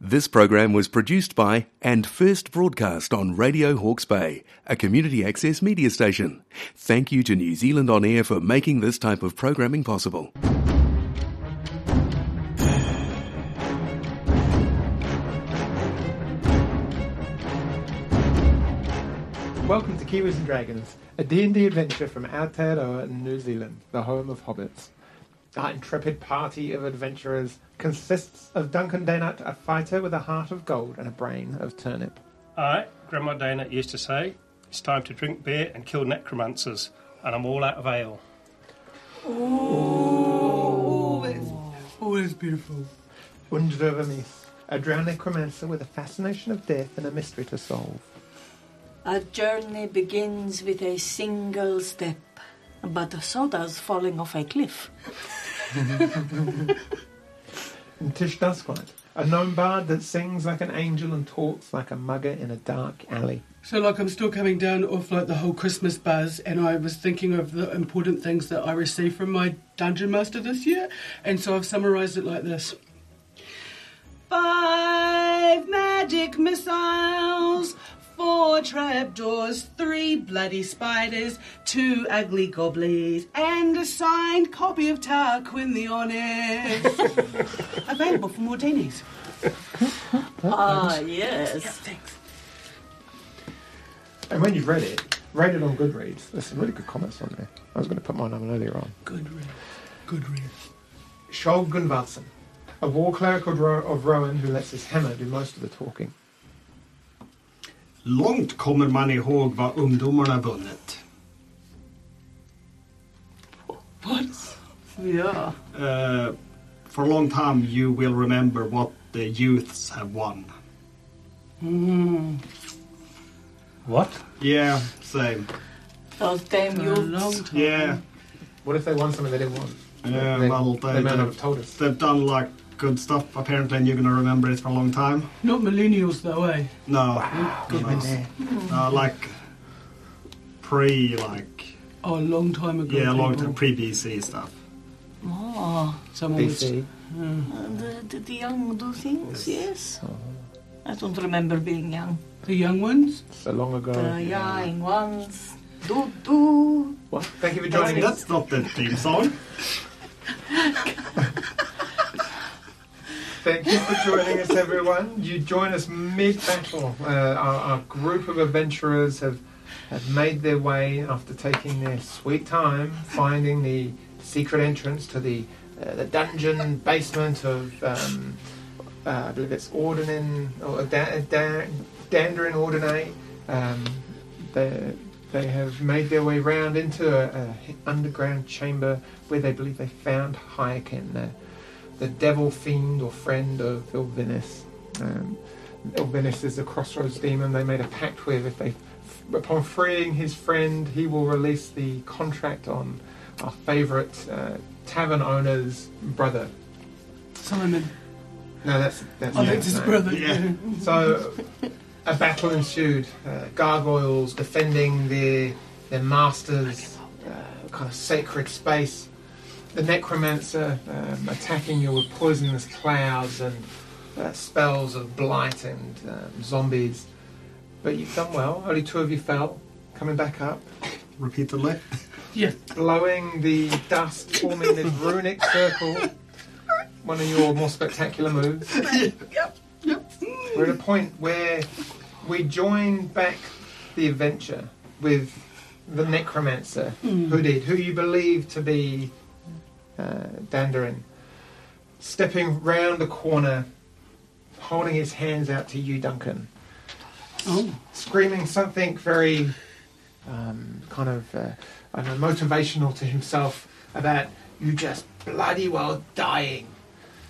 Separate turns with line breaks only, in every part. This program was produced by and first broadcast on Radio Hawke's Bay, a community access media station. Thank you to New Zealand On Air for making this type of programming possible.
Welcome to Kiwis and Dragons, a D&D adventure from Aotearoa in New Zealand, the home of hobbits. Our intrepid party of adventurers consists of Duncan Daynut, a fighter with a heart of gold and a brain of turnip.
I, Grandma Dana, used to say, it's time to drink beer and kill necromancers, and I'm all out of ale.
Oh, that's beautiful.
Undra Vermees, a drowned necromancer with a fascination of death and a mystery to solve.
Our journey begins with a single step, but so does falling off a cliff.
And Tish Duskwite, a gnome bard that sings like an angel and talks like a mugger in a dark alley.
So, like, I'm still coming down off like the whole Christmas buzz, and I was thinking of the important things that I received from my dungeon master this year, and so I've summarised it like this: five magic missiles, four trapdoors, three bloody spiders, two ugly goblins, and a signed copy of Tarquin the Honest, available for Mordinis.
Ah, yes.
Thanks.
And when you've read it, read it on Goodreads. There's some really good comments on there. I was going to put mine on earlier on.
Good read. Good read.
Skjold Gunvarsson, a war cleric of, Ro- of Rowan who lets his hammer do most of the talking.
Långt kommer man ihåg vad ungdomarna vunnit.
What?
Yeah.
Uh, for a long time you will remember what the youths have won.
Mm.
What?
Yeah, same.
Those damn
For a long
youths.
time.
Yeah.
What if they want something they didn't want?
Yeah,
they,
well,
they
they-
may not
they-
have told us.
They've done like good stuff apparently and you're gonna remember it for a long time.
Not millennials though, eh?
No. no. No, like pre like
Oh, a long time ago.
yeah, long
people.
time pre BC stuff.
Oh,
Someone was,
BC.
the, the, the young do things, yes. I don't remember being young. uh,
the young ones.
So long ago.
The young ones do do.
Well, thank you for
That's,
joining us.
that's not the theme song.
Thank you for joining us, everyone. You join us mid-battle. Uh, our, our group of adventurers have have made their way after taking their sweet time finding the secret entrance to the uh, the dungeon basement of um, uh, I believe it's Ordinin or da- da- Dandarin Ordinate. Um, they they have made their way round into a, a h- underground chamber where they believe they found Hayekin. The, the devil fiend or friend of Ilvinus. Um, Ilvinus is a crossroads demon they made a pact with. If they, upon freeing his friend, he will release the contract on our favourite uh, tavern owner's brother.
Simon.
No, that's that's
Oh,
his
that's his
name.
brother.
Yeah.
So a battle ensued. Uh, gargoyles defending their their master's uh, kind of sacred space. The necromancer um, attacking you with poisonous clouds and uh, spells of blight and um, zombies. But you've done well. Only two of you fell. Coming back up,
Repeatedly.
Yeah.
blowing the dust, forming this runic circle. One of your more spectacular moves. We're at a point where we join back the adventure with the necromancer, who did, who you believe to be uh, Dandarin, stepping round the corner, holding his hands out to you, Duncan,
Oh,
screaming something very um, kind of uh, I don't know, motivational to himself about you just bloody well dying.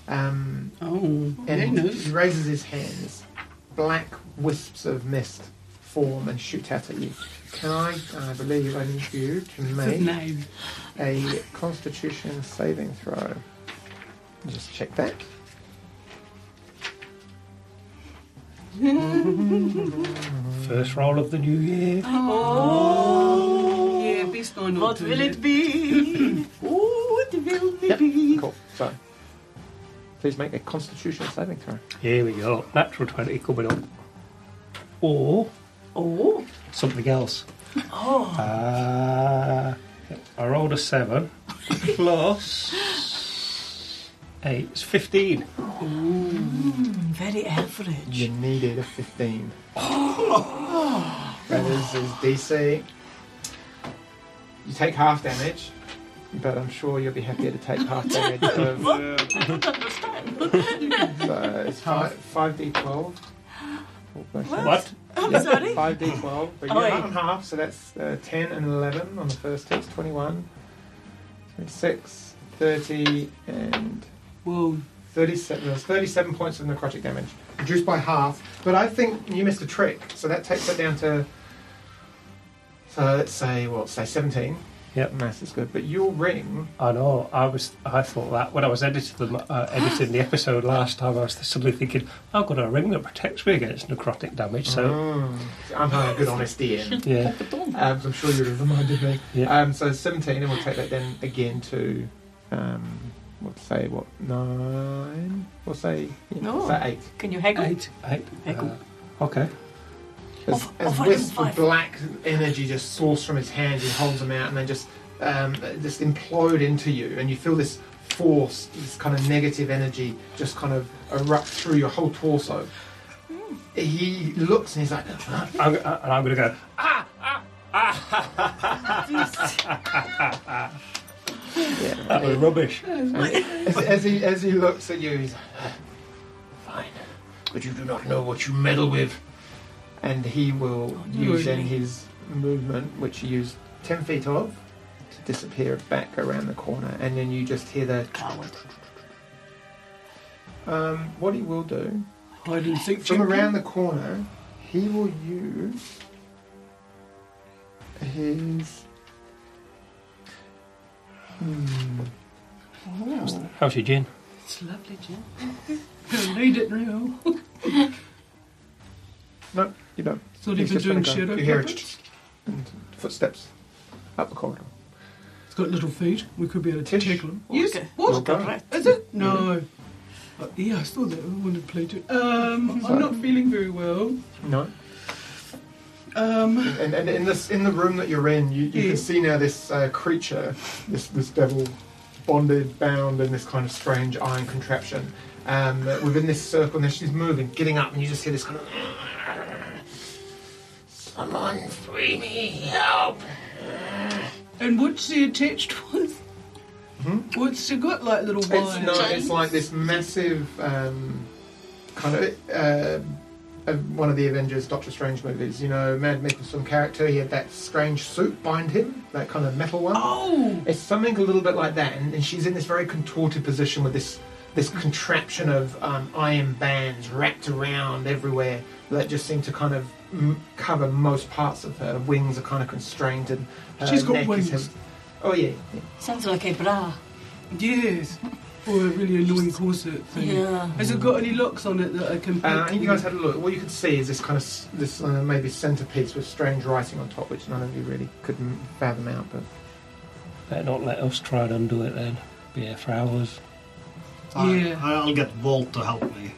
Um,
oh.
and
he knows.
he raises his hands. Black wisps of mist form and shoot out at you. Can I, I believe I need you to
His
make
name.
a constitution saving throw. Just check that.
First roll of the new year.
Yeah, best I not
What
do
will
that.
it be? What will it
Yep.
be?
Cool. So please make a constitution saving throw.
Here we go. Natural 20 coming up. Or
Oh,
something else. Oh. I rolled a 7 plus 8. It's 15.
very average.
You needed a 15.
Oh.
that is his DC. You take half damage, but I'm sure you'll be happier to take half damage. Of, so it's five, 5d12.
What?
I'm sorry.
5d12, but you're
Oi.
half and half, so that's uh, 10 and 11 on the first test, 21, 26, 30, and
Whoa.
37, there's 37 points of necrotic damage, reduced by half. But I think you missed a trick, so that takes it down to. So let's say, well, say 17.
Yep.
Mass is good, but your ring.
I know. I was. I thought that when I was editing the uh, editing the episode last time, I was suddenly thinking, I've got a ring that protects me against necrotic damage. So
Mm, I'm having a good honest Ian.
yeah,
Um, so I'm sure you reminded me.
Yeah.
Um, so 17, and we'll take that then again to, um, we'll say what, 9? We'll say, yeah,
No.
say 8.
Can you haggle?
eight, eight.
Echo.
Uh, okay.
As,
Off-
as
off item
wisps of
five.
black energy just source from his hands, he holds them out and they just um, just implode into you, and you feel this force, this kind of negative energy, just kind of erupt through your whole torso.
Mm.
He looks and he's like,
I'm, uh, and I'm going to go. Ah, ah, that was rubbish.
as, as he as he looks at you, he's like, fine, but you do not know what you meddle with. And he will use then his movement, which he used ten feet of, to disappear back around the corner, and then you just hear the. Um, what he will do
Hide and seek
from
champion.
around the corner, he will use his.
How's your gin?
It's lovely, Jim. Read it now.
No, you don't.
It's not
He's
even
just gonna go.
doing shadow
You hear a
puppets.
and footsteps up the corridor.
It's got little feet. We could be able to
Tish.
tackle him.
Okay.
Well
What?
done.
Is it? No. Uh, yeah, I saw that. I wanted to play too. Um, I'm
Sorry.
not feeling very well.
No.
Um,
And, and in this in the room that you're in, you, you
Yeah.
can see now this uh, creature, this this devil, bonded, bound in this kind of strange iron contraption. Um, within this circle, now she's moving, getting up, and you just hear this kind of. Someone free me! Help!
and what's the attached one? What's it got? Like little wires?
Hmm? It's no, it's like this massive um, kind of uh, uh, one of the Avengers Doctor Strange movies. You know, Mad Mickelson character. He had that strange suit bind him, that kind of metal one.
Oh,
It's something a little bit like that, and, and she's in this very contorted position with this this contraption of um, iron bands wrapped around everywhere that just seem to kind of m- cover most parts of her. Wings are kind of constrained, and her
She's got
neck is
wings.
held- oh yeah, yeah.
Sounds like a bra.
yes. Or a really annoying corset thing.
Yeah.
Has it got any locks on it that I can?
Uh, and you guys had a look. What you could see is this kind of s- this uh, maybe centerpiece with strange writing on top, which none of you really could m- fathom out. But
Better not let us try and undo it then. Be here for hours.
I,
Yeah.
I'll get Walt to help me.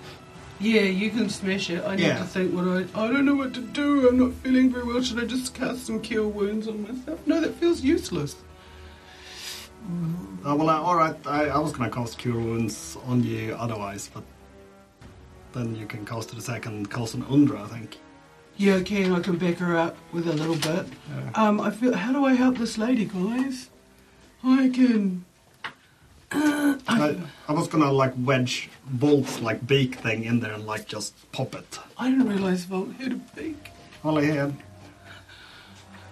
Yeah, you can smash it. I need
Yeah.
to think what I. I don't know what to do. I'm not feeling very well. Should I just cast some cure wounds on myself? No, that feels useless.
Uh, well, uh, all right. I, I was gonna cast cure wounds on you otherwise, but then you can cast it a second, cast an Undra, I think.
Yeah, I can. I can back her up with a little bit. Um, I feel. How do I help this lady, guys? I can.
I, I was gonna like wedge Bolt's like beak thing in there and like just pop it.
I didn't realise Volt had a beak.
All I had.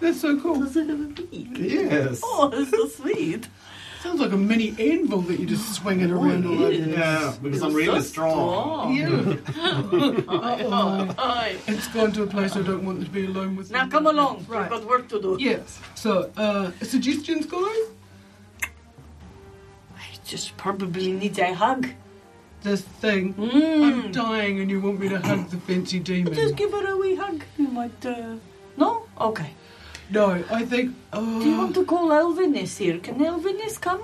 That's so cool.
Does it have a beak?
Yes.
Oh, it's so sweet.
Sounds like a mini anvil that you just swing it around
Oh,
all over.
Yeah, because I'm
It's
really
so
strong.
Oh.
Yeah.
Oi, oi.
It's gone to a place I don't want to be alone with.
oh, Now come along.
Right.
We've got work to do.
Yes. So, uh, suggestions, guys?
I just probably need a hug.
This thing. I'm
Mm.
dying and you want me to hug the fancy demon.
Hmm. Just give her a wee hug. You might. Uh... No? Okay.
No, I think. oh, Uh,
Do you want to call Elvinis here? Can Elvinis come?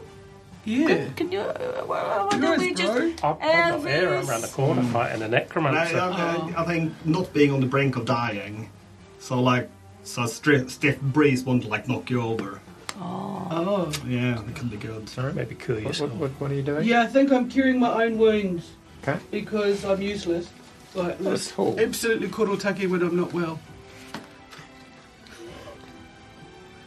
Yeah.
Can you? Uh, why- why don't
Yes,
we just?
bro.
I'm, I'm not there. I'm
Elvis.
around the corner fighting a
And I,
necromancer.
I- I think not being on the brink of dying, so like, so stri- stiff breeze won't like knock you over.
Oh.
Yeah, that could be good.
Sorry, maybe kill
What,
yourself.
what, what, what are you doing?
Yeah, I think I'm curing my own wounds
Okay.
because I'm useless. Like,
That's all.
Absolutely Korotake when I'm not well.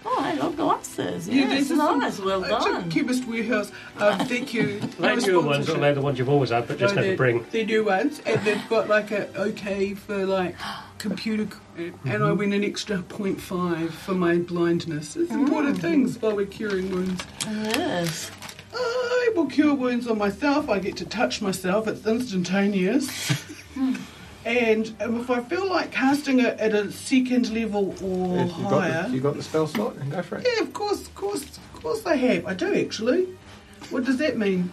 Oh, I love the answers.
Yeah,
Yes,
this is
nice. Well
Uh, it's a
done.
chemist warehouse. Um, thank you.
They're
No
newer ones,
sponsorship.
not they're the ones you've always had, but just
No,
never
they're-
bring.
They're new ones, and they've got like a okay for like computer, c- and I
Mm-hmm.
win an extra 0.5 for my blindness. It's important
Mm.
things while we're curing wounds.
Yes.
I will cure wounds on myself. I get to touch myself. It's instantaneous. and if I feel like casting it at a second level or
If you got,
higher,
the, you got the spell slot, then go for it.
yeah, of course, of course, of course, I have. I do actually. What does that mean?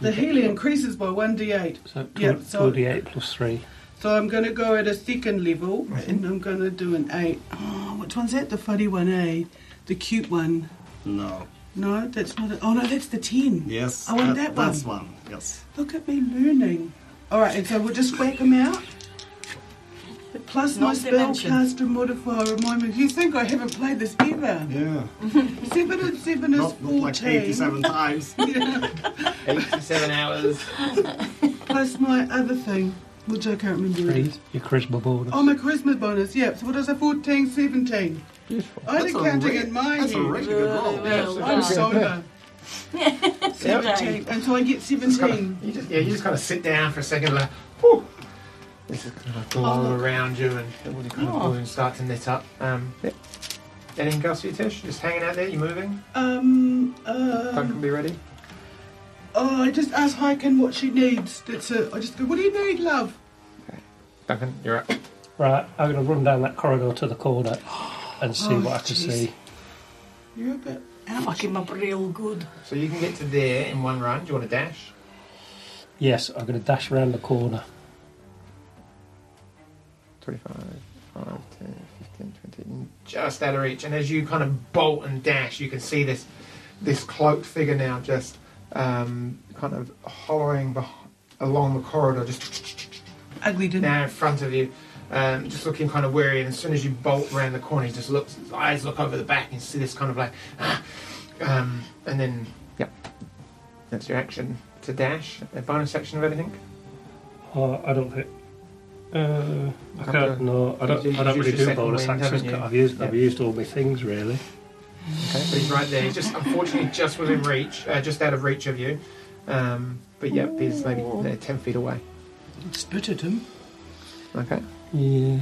The healing increases by one d8.
So, two,
Yeah, so-
2d8 plus 3.
So I'm going to go at a second level and I'm going to do an eight. Oh, which one's that? The funny one, eh? The cute one.
No.
No, that's not it. Oh, no, that's the 10.
Yes.
I want that one.
That's one. Yes.
Look at me learning. All right, and so we'll just whack them out. Plus my
Not dimension.
spellcaster modifier remind me. You think I haven't played this ever?
Yeah.
Seven and seven is
Not, not
fourteen.
like 87 times.
Yeah,
87 hours.
plus my other thing, which I can't remember. what
3,
it is.
your charisma bonus.
Oh, my charisma bonus. Yeah. So what is it? 14, 17.
Beautiful.
I'm
That's a
counting
re-
in my
That's a
head.
really good roll.
Well,
I'm
well,
sober.
well.
17. And so I get
Just gotta,
17.
you just, yeah, you just gotta sit down for a second, like, whew. This is gonna glow around you, and all the kind
Oh.
of wounds start to knit up. Um, yeah. Anything else for you, Tish? Just hanging out there. You moving?
Um,
Doug
uh,
can be ready.
oh, I just ask Hyken what she needs. That's it. I just go, what do you need, love?
Duncan, you're up.
Right, I'm going to run down that corridor to the corner and see
Oh,
what I can
jeez.
see.
You're a bit...
Fuck him up real good.
So you can get to there in one run. Do you want to dash?
Yes, I'm going to dash around the corner.
25, 5, 10, 15, 20. Just out of reach. And as you kind of bolt and dash, you can see this this cloaked figure now just um, kind of hollowing beh- along the corridor, just
Ugly, didn't
now in front of you, um, just looking kind of weary. And as soon as you bolt round the corner, he just looks, his eyes look over the back and see this kind of like, ah, um, and then, yep, that's your action to dash. A bonus action of anything?
Oh, I don't think. Uh, I
Okay.
can't. No, I don't.
You've
I don't
used
really
your
do
second
bonus
wind,
actions.
haven't you?
I've used. I've
Yeah.
used all my things really.
Okay, but he's right there. He's just unfortunately just within reach, uh, just out of reach of you. Um, but yeah, he's maybe uh, ten feet away.
Spit at him.
Okay.
Yeah.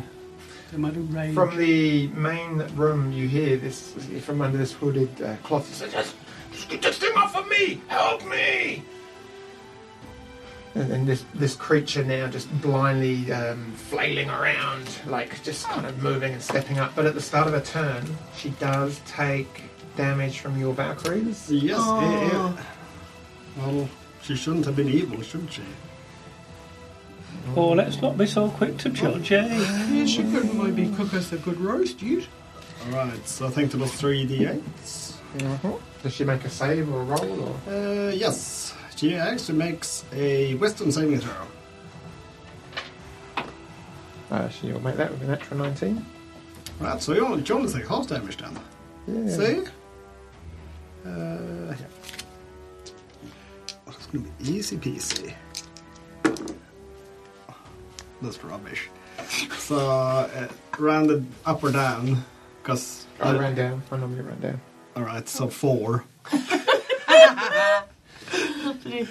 They might have raged.
From the main room, you hear this from under this hooded uh, cloth. It says, "Just- just get this thing off of me! Help me!" And then this this creature now just blindly um, flailing around, like just kind of moving and stepping up. But at the start of her turn, she does take damage from your Valkyries.
Yes. eh, eh.
Oh.
Well, she shouldn't have been evil, should she?
Oh, let's not be so quick to judge, eh?
Yeah, she could maybe cook us a good roast, dude.
Alright, so I think there was 3d8.
Does she make a save or a roll? Or?
Uh, yes. She actually makes a Western saving throw.
Uh, she will make that with an natural 19.
Right, so you only, you only take half damage then.
Yeah.
See? Uh, It's gonna be easy peasy. That's rubbish. so, uh, rounded up or down, because.
I ran down. I normally ran down.
Alright, so four.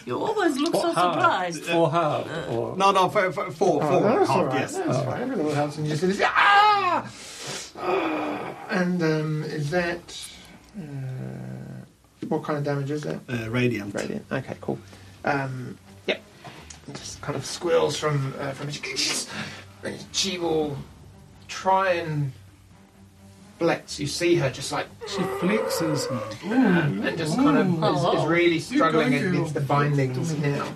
You always look so surprised.
Or hard. Or
No, no, four, four, four.
that's
half,
all right.
yes.
Oh, That's all right. Every little helps. And you just see this. Ah! Ah! And um, is that. Uh, what kind of damage is that?
Uh, radiant.
Radiant. Okay, cool. Um, yep. Just kind of squeals from uh, from and she will try and flex. You see her just like
She flexes.
um, and just kind of is, is really struggling
You go,
against the bindings now.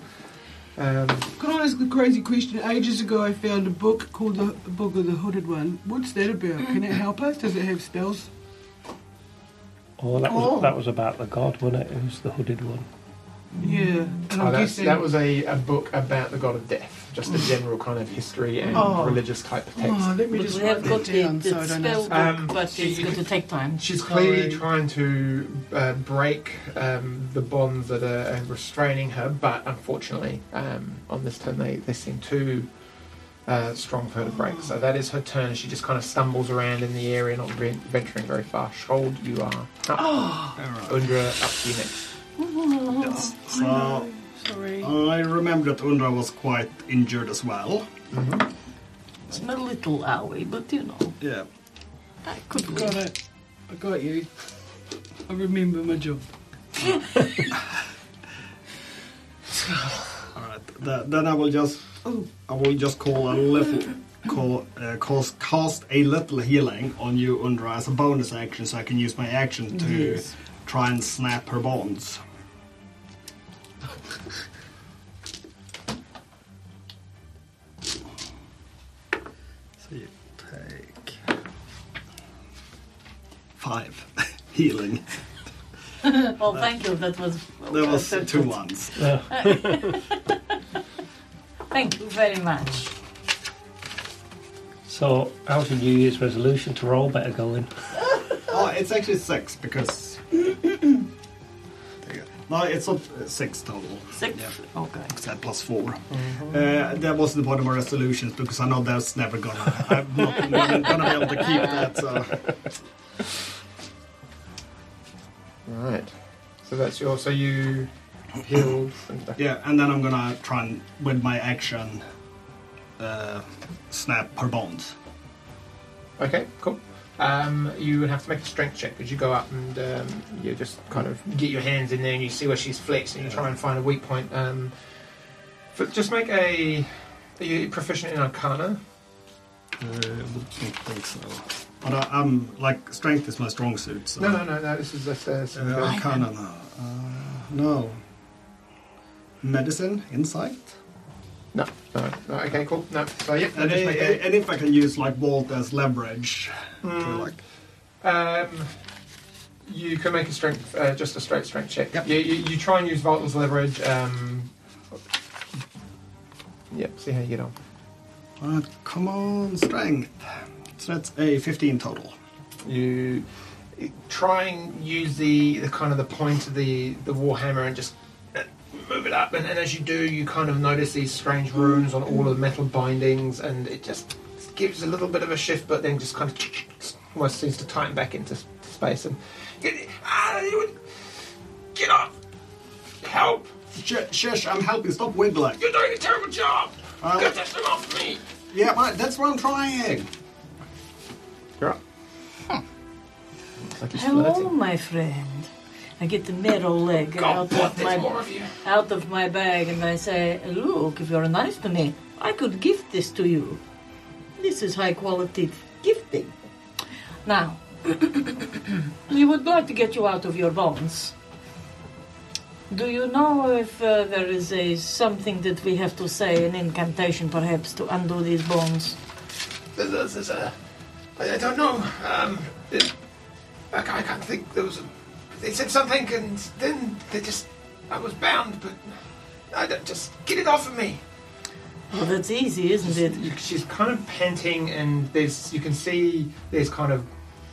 Um,
Can I ask a crazy question? Ages ago, I found a book called The Book of the Hooded One. What's that about? Can it help us? Does it have spells?
oh, that was
Oh.
that was about the god, wasn't it? It was the hooded one.
Yeah.
Oh,
And I'm
that's,
guessing
that was a, a book about the god of death, just a general kind of history and
Oh.
religious type of text.
Oh, let me
But
just
we
write
have
that
got the,
down so I
the
don't
spell
know.
book,
Um,
but it's
she-
going to take time.
She's clearly
Sorry.
trying to uh, break um, the bonds that are uh, restraining her, but unfortunately, um, on this turn, they, they seem too uh, strong for her to break. So that is her turn. She just kind of stumbles around in the area, not ve- venturing very far. Shold, you are up. Undra, up to you next.
Yes. So
Sorry.
Oh, I remember that Undra was quite injured as well.
It's a little owie, but you know,
Yeah.
I could
Got
live.
it. I got you. I remember my job.
All right. Th- then I will just I will just call a little call uh, cast cast a little healing on you Undra as a bonus action, so I can use my action to
Yes.
try and snap her bonds. so you take five healing.
Well, thank you. That was
There was
that-
two ones.
Thank you very much.
So, how's your New Year's resolution to roll better going?
Oh, it's actually six because. There you go. no, it's not uh, six total.
Six.
Yeah,
Okay.
it's at plus 4 Uh, that wasn't one of my resolutions because I know that's never gonna. I'm not gonna be able to keep that. So.
Right. So that's your. So you healed. And,
Yeah, and then I'm gonna try and with my action, uh, snap her bonds.
Okay, cool. Um, you would have to make a strength check because you go up and um, you just kind of get your hands in there and you see where she's flexed and you try and find a weak point. Um, but just make a. Are you proficient in Arcana?
Uh, I don't think so. But I, I'm like strength is my strong suit. So.
No, no, no, no. This is just uh,
Uh,
some-
Arcana, no. Uh, no. Medicine, insight.
no, no, no. Okay, cool. No. So yeah, no,
And,
just
i-
make
i-
a,
and if I can use like Walt as leverage, to, like
um, you can make a strength, uh, just a straight strength check.
Yep.
You, you, you try and use Volton's leverage. Um, yep. See how you get on.
uh, come on, strength. So that's a 15 total.
you try and use the, the kind of the point of the, the warhammer and just uh, move it up and, and as you do you kind of notice these strange runes on all of the metal bindings and it just gives a little bit of a shift but then just kind of almost seems to tighten back into s- space and get, ah, you would- get off help
Sh- shush, I'm helping. Stop wiggling.
you're doing a terrible job
Uh,
get this thing off me
Yeah, but that's what I'm trying.
you're up Looks like he's
Hello,
flirting.
my friend. I get the middle leg
God,
out
what?
of
There's more
my
of you.
out of my bag, and I say, "Look, if you're nice to me, I could gift this to you. This is high quality gifting." Now, we would like to get you out of your bonds. Do you know if uh, there is a something that we have to say, an incantation perhaps, to undo these bonds?
There's, there's, there's a. I, I don't know. Um, it, I, ca- I can't think. There was. A, they said something, and then they just. I was bound, but I don't, just get it off of me.
Well, that's easy, isn't it?
You- she's kind of panting, and there's you can see there's kind of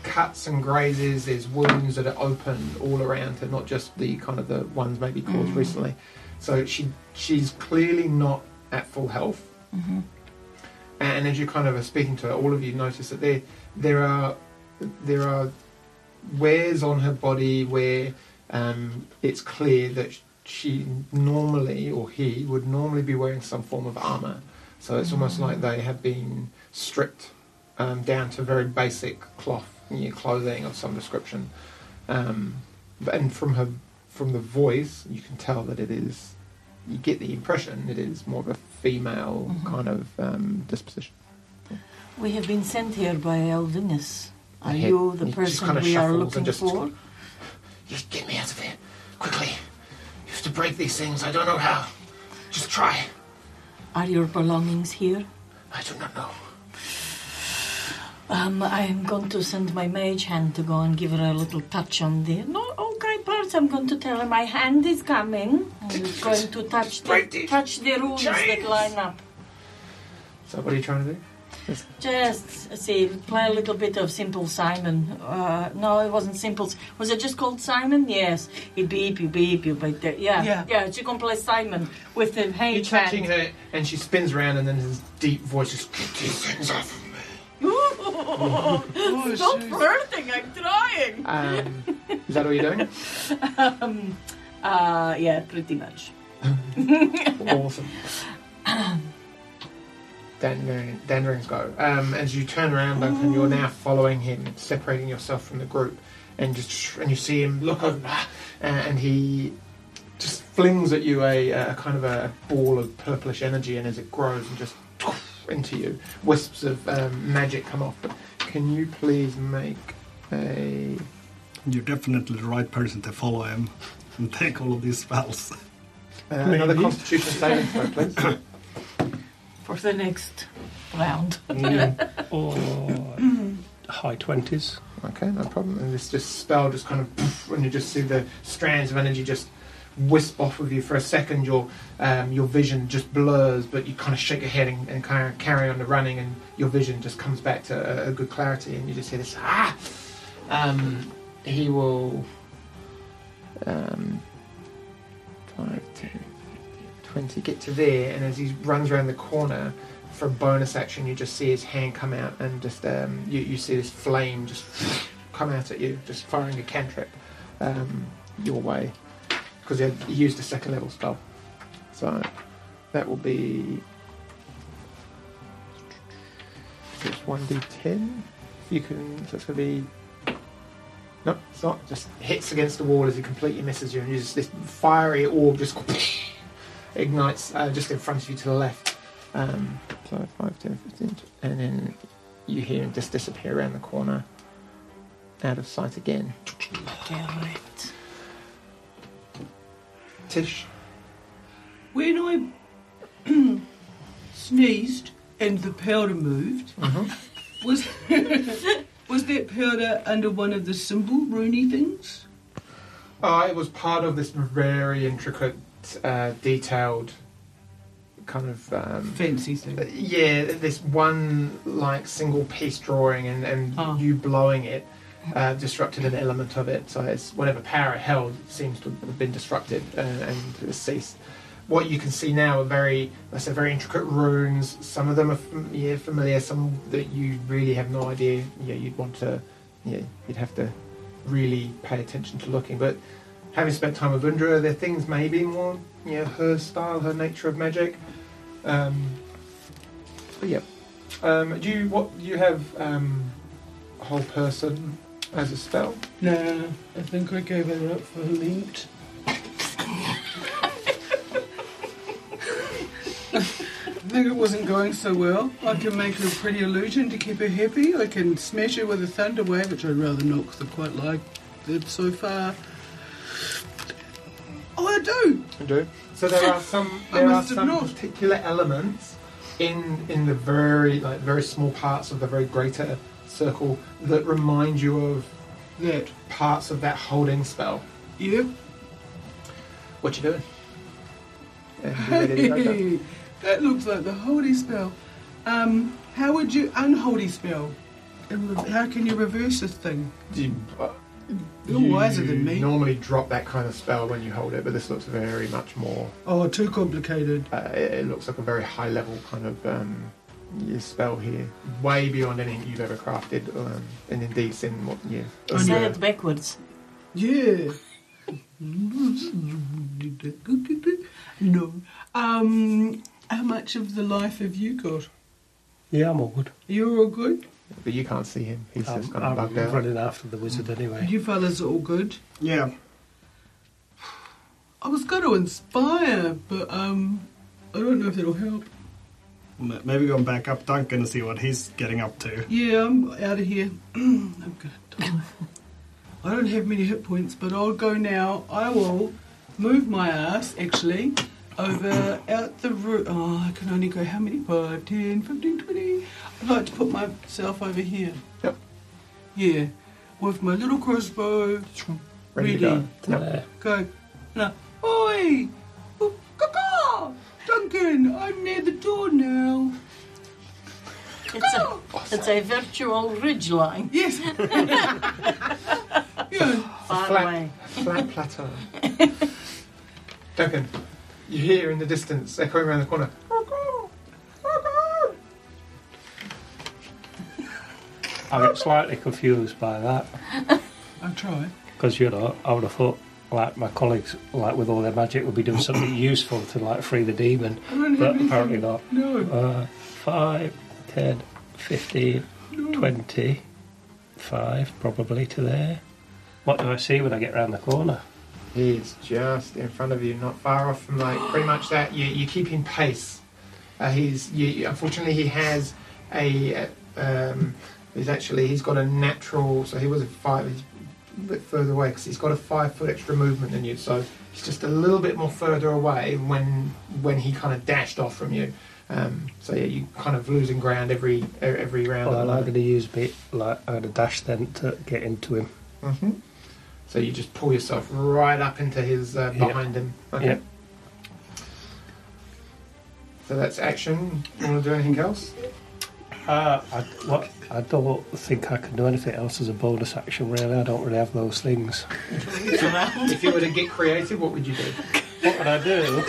cuts and grazes. There's wounds that are open all around her, not just the kind of the ones maybe caused
Mm.
recently. So she she's clearly not at full health.
Mm-hmm.
And as you kind of are speaking to her, all of you notice that there there are there are wears on her body where um, it's clear that she normally or he would normally be wearing some form of armor. So it's almost like they have been stripped um, down to very basic cloth you know, clothing of some description. Um, but- and from her from the voice, you can tell that it is. You get the impression it is more of a female kind of um, disposition.
We have been sent here by Elvinus. Are
Yeah,
you the
he just
person
kinda
we are
shuffles and
looking
just-
for?
Just get me out of here, quickly. You have to break these things. I don't know how. Just try.
Are your belongings here?
I do not know.
Um, I am going to send my mage hand to go and give her a little touch on the. No, okay, parts. I'm going to tell her my hand is coming. And it's going to touch the, touch the runes that line up.
Is that what are you trying to do?
Just let's see, play a little bit of Simple Simon. Uh, no, it wasn't Simple. S- Was it just called Simon? Yes. You beep, you beep, you beep. there- Yeah,
Yeah.
yeah. she can play Simon with the hand.
You're touching her, and she spins around, and then his deep voice is, Get these things off of me.
Oh,
Stop
shoot.
flirting! I'm trying.
Um, is that all you're doing?
Um, uh, yeah, pretty much.
awesome. Dandering, dandering's go. Um, as you turn around, Duncan, you're now following him, separating yourself from the group, and just and you see him look over, uh, and he just flings at you a, a kind of a ball of purplish energy, and as it grows, and just into you, wisps of um, magic come off. But can you please make a
You're definitely the right person to follow him and take all of these spells.
uh, another
Maybe.
Constitution saving throw, please?
For the next round.
Or Oh, high 20s.
Okay, no problem. And this just spell just kind of, poof, and you just see the strands of energy just wisp off of you for a second. Your um, your vision just blurs, but you kind of shake your head and, and kind of carry on the running, and your vision just comes back to a, a good clarity, and you just hear this ah. Um, he will. Um, 5, 10, 15, 20, get to there, and as he runs around the corner, for a bonus action, you just see his hand come out and just um, you, you see this flame just come out at you, just firing a cantrip um, your way because he, had- he used a second level spell. So that will be it's one d10. You can so it's going to be no, it's not. Just hits against the wall as he completely misses you, and you just this fiery orb just ignites uh, just in front of you to the left. Um, so 5, 10, 15, and then you hear him just disappear around the corner, out of sight again.
Okay, all right.
Tish,
When I sneezed and the powder moved,
Mm-hmm.
was was that powder under one of the symbol Rooney things?
uh, it was part of this very intricate, uh, detailed kind of um,
Fancy thing.
yeah, this one like single piece drawing and, and
Oh.
you blowing it uh, disrupted an element of it. So it's whatever power it held seems to have been disrupted uh, and has ceased. What you can see now are very, I say, very intricate runes. Some of them are fam- yeah, familiar. Some that you really have no idea. Yeah, you'd want to. Yeah, you'd have to really pay attention to looking. But having spent time with Undra, there are things maybe more. You know, her style, her nature of magic. Um, but yeah. Um, do you what you have um, whole person as a spell?
Nah, I think I gave it up for linked. I think it wasn't going so well. I can make her a pretty illusion to keep her happy. I can smash her with a thunder wave, which I'd rather not because I quite like it so far. Oh, I do!
I do. So there are some
I
there are
must have
some
not.
particular elements in in the very like very small parts of the very greater circle that remind you of
That.
parts of that holding spell.
Yep.
What you doing? And you ready to go, Duncan?
that looks like the holy spell. Um, how would you unholy spell? And re- How can you reverse a thing?
Do you, uh,
You're wiser than me.
Normally, drop that kind of spell when you hold it, but this looks very much more
Oh, too complicated.
Uh, it, it looks like a very high level kind of um, yeah, spell here, way beyond anything you've ever crafted, um, and indeed seen what yeah.
Oh,
I
Say
yeah.
it backwards.
Yeah. no. Um, how much of the life have you got?
Yeah, I'm all good.
You're all good?
But you can't see him; he's
I'm,
just kind of
I'm
bugged out.
running after the wizard anyway.
You fellas are all good?
Yeah.
I was going to inspire, but um, I don't know if that'll help.
M- Maybe going back up Duncan and see what he's getting up to.
Yeah, I'm out of here. I'm gonna die. I don't have many hit points, but I'll go now. I will move my ass, actually, over out the route. Oh, I can only go how many? 5, 10, 15, 20. I'd like to put myself over here.
Yep.
Yeah, with my little crossbow.
Ready,
Ready.
to go. Yep.
Uh,
Go. No. Oi! Oh, Caw-caw! Duncan, I'm near the door now.
It's a, it's a virtual ridge line.
Yes. yeah.
Far
flat.
away.
Flat plateau. Duncan, you hear in the distance, echoing around the corner.
I get slightly confused by that
I'll try.
because you know I would have thought like my colleagues, like with all their magic, would be doing something useful to like free the demon,
I don't
but
have any.
apparently not.
No.
Uh, 5, 10, 15, 25 probably to there. What do I see when I get round the corner?
He's just in front of you, not far off from like pretty much that. You you keep in pace. Uh, he's you, you- unfortunately he has a uh, um, he's actually he's got a natural so he was a five he's a bit further away because he's got a five foot extra movement than you so he's just a little bit more further away when when he kind of dashed off from you. Um, so yeah, you kind of losing ground every e- every round.
Well, I'm going to use bit like I'm going to dash then to get into him.
hmm So you just pull yourself right up into his uh,
Yep.
behind him.
Yep.
So that's action. You want to do anything else?
Uh, I, what, I don't think I can do anything else as a bonus action. Really, I don't really have those things.
if you were to get creative, what would you do?
What would I do?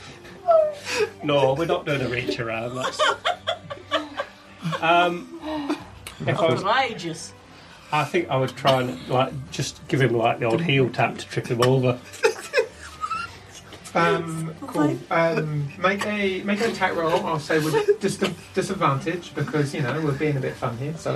no, we're not doing a reach around. That's... Um, if I, was,
Outrageous.
I think I would try and like just give him like the old heel tap to trip him over.
Um, cool. Um, make a make an attack roll. I'll say with dis- disadvantage because you know we're being a bit fun here. So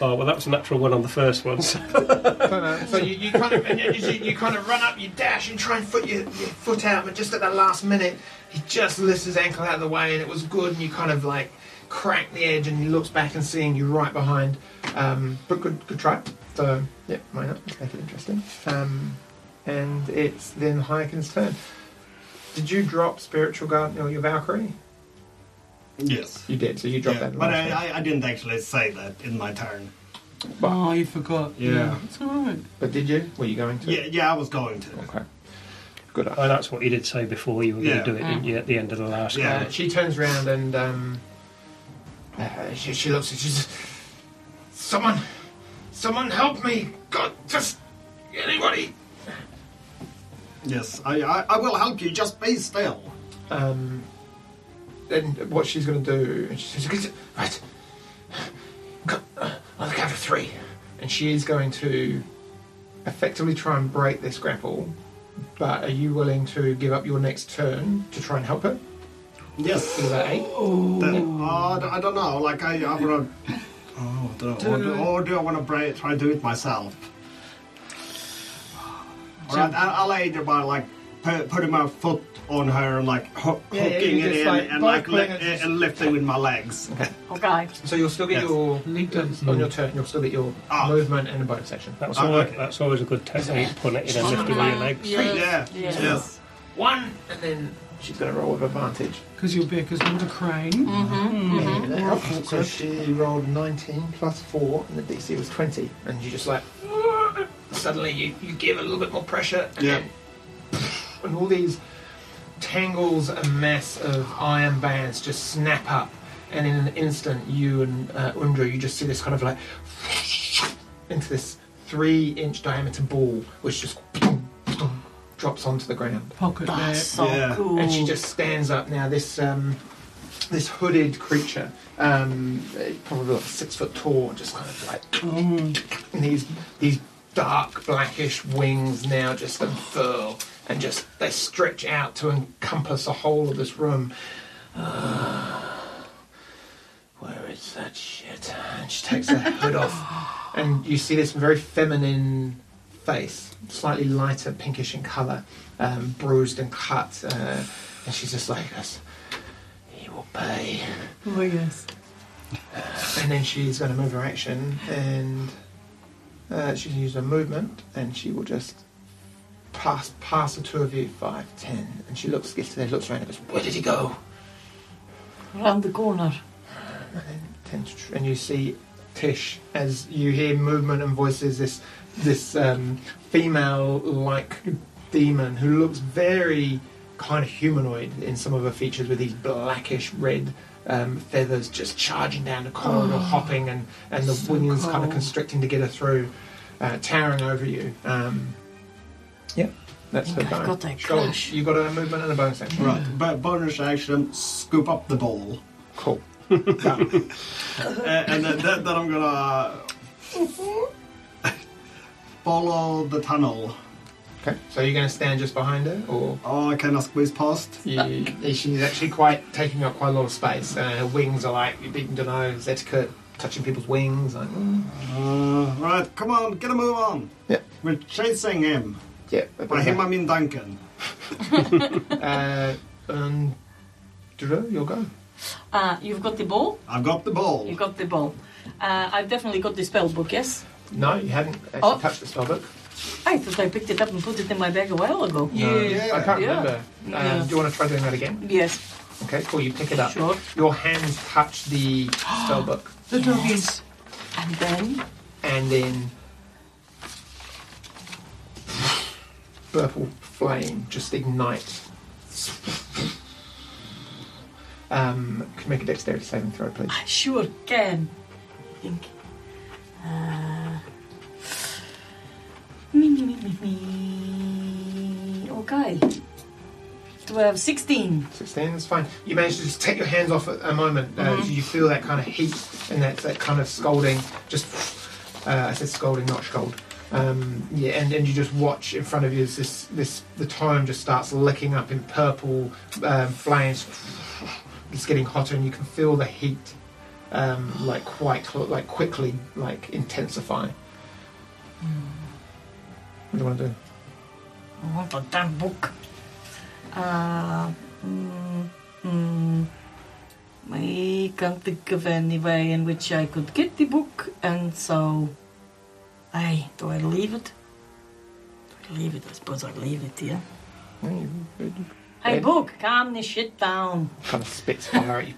Oh well, that was a natural one on the first one. So.
so, no, so you, you kind of and you, you you kind of run up, you dash, and try and foot your, your foot out, but just at that last minute, he just lifts his ankle out of the way, and it was good. And you kind of like crack the edge, and he looks back and seeing you right behind. Um, but good, good try. So yeah, why not? Let's make it interesting. Um, and it's then Hayekin's turn. Did you drop spiritual guardian or your Valkyrie?
Yes.
You did, so you dropped
Yeah,
that.
but
last
I,
turn.
I, I didn't actually say that in my turn.
Oh, you forgot.
Yeah.
It's alright.
but did you? Were you going to?
Yeah, yeah, I was going to.
Okay. Good.
Oh, that's what you did say before you were going
Yeah.
to do it, didn't you, at the end of the last
Yeah.
round?
Uh, she turns around and um, uh, she, she looks at you. She's, someone, someone help me! God, just anybody.
Yes, I, I, I will help you. Just be still.
Um, and what she's going to do? and She says, "Right, Go- uh, on the count of three. and she is going to effectively try and break this grapple. But are you willing to give up your next turn to try and help her?
Yes.
Is that eight?
That- oh, I don't- I don't know. Like I, I want to. Oh, I don't know. Or, do- or do I want to try to do it myself? All right, I- I'll aid her by like pu- putting my foot on her and like ho-
Yeah, yeah,
hooking
you
it
just,
in
like,
and like li-
buckling it, just-
and lifting with my legs.
Okay.
So you'll still get
Yes.
your
Leg dumps.
on your turn. You'll still get your
Ah.
movement and a bonus action.
That's,
Oh,
always,
okay.
that's always a good technique, putting it in and lifting with your legs.
Yeah, yes.
One, and then she's going to roll with advantage.
Because your back is not a crane.
So she rolled 19 plus four, and the DC was 20, and you just like suddenly you, you give a little bit more pressure, and,
Yeah.
and all these tangles and mess of iron bands just snap up, and in an instant, you and uh, Undra, you just see this kind of like into this three-inch diameter ball, which just drops onto the ground.
Pocket
That's
that.
so
Yeah.
cool.
and she just stands up now. This um, this hooded creature, um, eh, probably like six foot tall, just kind of like and these these dark blackish wings now just unfurl and just they stretch out to encompass the whole of this room. Ah, Where is that shit? And she takes her hood off, and you see this very feminine face, slightly lighter, pinkish in colour, um, bruised and cut, uh, and she's just like this. He will pay.
Oh, yes.
And then she's going to move her action, and uh, she can use her movement, and she will just pass pass the two of you, five, ten, and she looks gets there, looks around, and goes, "Where did he go?"
Round the corner.
And, then tends to tr- and you see Tish as you hear movement and voices. This this um, female-like demon who looks very kind of humanoid in some of her features, with these blackish red um, feathers just charging down the corridor,
Oh,
hopping, and and the
so
wings kind of
cold.
constricting to get her through, uh, towering over you. Um, yeah,
Oh
that's
Think
her
I've
bone.
got that
Sure,
crush.
You got a movement and a bonus action.
Right, but bonus action, scoop up the ball.
Cool.
Uh, and then, then, then I'm gonna follow the tunnel.
Okay. So you're going to stand just behind her, or
Oh, can I squeeze past?
you, she's actually quite taking up quite a lot of space. Uh, her wings are like you didn't know is etiquette touching people's wings. Like, mm.
Uh, right, come on, get a move on.
Yeah.
We're chasing him.
yeah.
By him, I mean Duncan.
Uh, um, Drew, you'll go.
Uh, you've got the ball.
I've got the ball.
You've got the ball. Uh, I've definitely got the spell book. Yes.
No, you hadn't actually
Oh.
touched the spell book.
I thought I picked it up and put it in my bag a while ago.
No,
Yeah.
I can't
Yeah.
remember. Um,
Yeah.
Do you want to try doing that again?
Yes.
Okay, cool. You pick it up.
Sure.
Your hands touch the spell book,
The doggies.
And then
and then purple flame just ignites. Um, can you make a dexterity saving throw, please?
I sure can. I think. Uh, me me me me me. Okay. Twelve, sixteen.
16 is fine. You manage to just take your hands off at a moment. Uh, You feel that kind of heat and that, that kind of scolding. Just, uh, I said scolding, not scold. Um, yeah, and, and you just watch in front of you as this, this the time just starts licking up in purple um, flames. It's getting hotter, and you can feel the heat um, like quite cl- like quickly like intensify. Mm. What do you want to do?
I want a damn book. Uh, mm, mm, I can't think of any way in which I could get the book, and so, I do I leave it? Do I leave it? I suppose I leave it. Yeah. Hey, book, calm this shit down.
Kind of spits fire at you.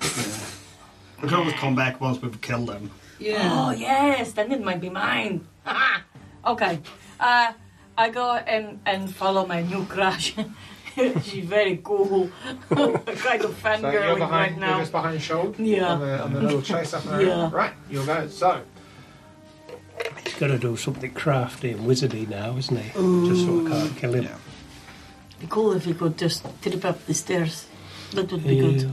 We can always come back once we've killed him.
Yeah.
Oh yes, then it might be mine. Haha. okay, uh, I go and and follow my new crush. She's very cool. kind of
So you're
fangirling
behind,
right
you're
now.
just behind Shoal
Yeah.
on, the, on the little chase up there.
Yeah.
Right, you'll go. So,
He's got to do something crafty and wizardy now, isn't he? Just so I can't kill him.
Yeah.
Be cool if you could just trip up the stairs. That would be good.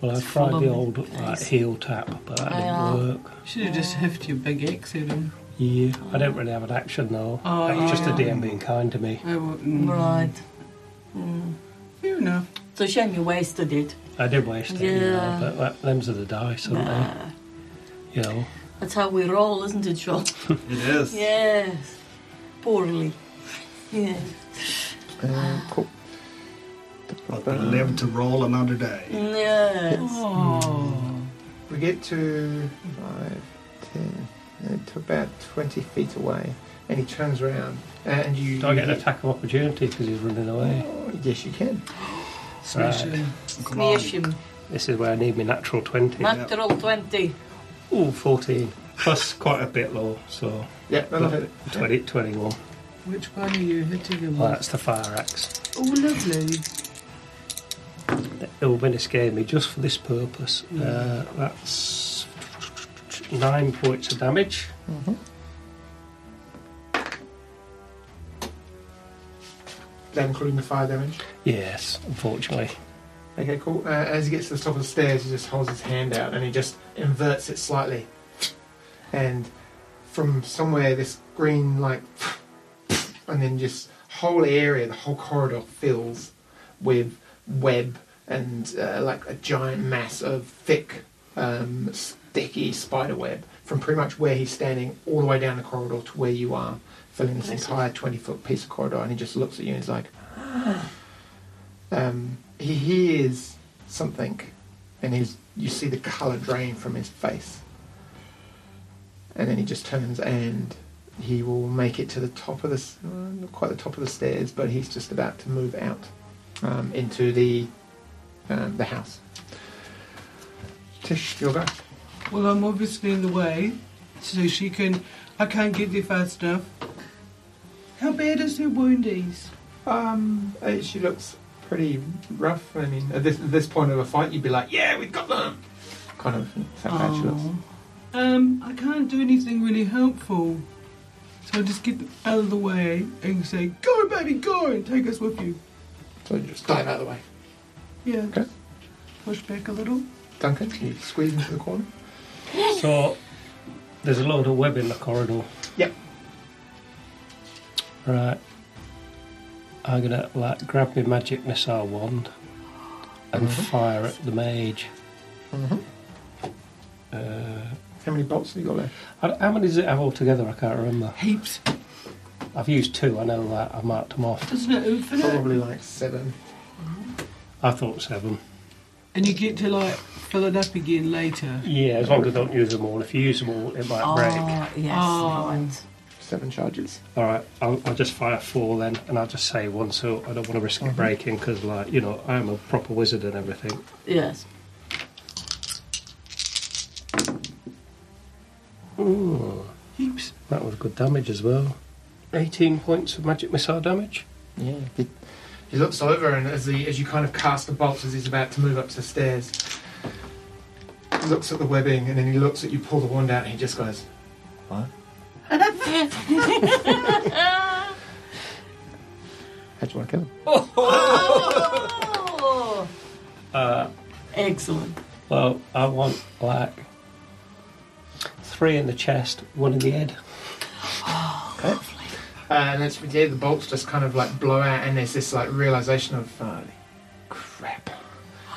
Well, I
Just
tried
follow
the
my
old like,
face.
heel tap, but that
Yeah.
didn't work.
Should have just hiffed your big axe at him.
Yeah, I don't really have an action though.
Oh,
that was just a
yeah.
DM being kind to me.
I will, mm,
Right.
Fair enough.
It's a shame you wasted it.
I did waste it, you know,
Yeah.
but like, them's are the dice, aren't
Nah.
they? You know,
That's how we roll, isn't it, Joel?
It is.
yes. Poorly. Yes.
uh, cool.
But we live to roll another day.
Yes.
Oh.
We get to 5, 10, uh, to about 20 feet away, and he turns around. uh, And you.
do I get an attack of opportunity because he's running away?
Oh, yes, you can.
Smash
Right.
it.
Come on.
Smash him.
This is where I need my natural twenty.
Natural 20.
Ooh, 14. Plus quite a bit low, so
Yeah, that'll hit it.
20, 21. Well,
Which one are you hitting him with?
that's the fire axe.
Oh, lovely.
It'll Ilvinus gave me just for this purpose. Uh, that's nine points of damage.
Is that including the fire damage?
Yes, unfortunately.
Okay, cool. Uh, as he gets to the top of the stairs, he just holds his hand out and he just inverts it slightly. And from somewhere, this green, like, and then just whole area, the whole corridor fills with web and uh, like a giant mass of thick, um, sticky spider web from pretty much where he's standing all the way down the corridor to where you are, filling this entire 20 foot piece of corridor. And he just looks at you and he's like, um, he hears something, and he's, you see the colour drain from his face. And then he just turns and he will make it to the top of the, s- uh, not quite the top of the stairs, but he's just about to move out um, into the um, the house. Tish, you'll go.
Well, I'm obviously in the way. so she can. I can't get there fast enough. How bad is her woundies?
Um, uh, she looks pretty rough. I mean, at this, at this point of a fight, you'd be like, "Yeah, we've got them." Kind of. That's how bad she looks.
Um, I can't do anything really helpful. So I just get out of the way and say, "Go, baby, go!" and take us with you.
So you just dive out of the way.
Yeah.
Okay.
Push back a little.
Duncan, you squeeze into the corner.
So there's a load of web in the corridor.
Yep.
Right. I'm gonna like grab my magic missile wand and fire at the mage. Uh,
How many bolts have you got left?
how- how many does it have altogether? I can't remember.
Heaps.
I've used two. I know that. I marked them off.
Isn't it infinite?
Probably like seven.
I thought seven.
And you get to like fill it up again later.
Yeah, as long as I don't use them all. If you use them all, it might
Oh,
break.
yes.
Oh.
right.
Seven charges.
All right, I'll, I'll just fire four then, and I'll just say one, so I don't want to risk it breaking because, like, you know, I'm a proper wizard and everything.
Yes.
Ooh,
Heaps.
that was good damage as well. 18 points of magic missile damage.
Yeah. He, he looks over and as he, as you kind of cast the bolts as he's about to move up the stairs, he looks at the webbing and then he looks at you pull the wand out and he just goes, What? How do you want to kill him?
Oh. Excellent.
Well, I want like three in the chest, one in the head.
Uh, and it's yeah, the bolts just kind of like blow out, and there's this like realization of uh, crap.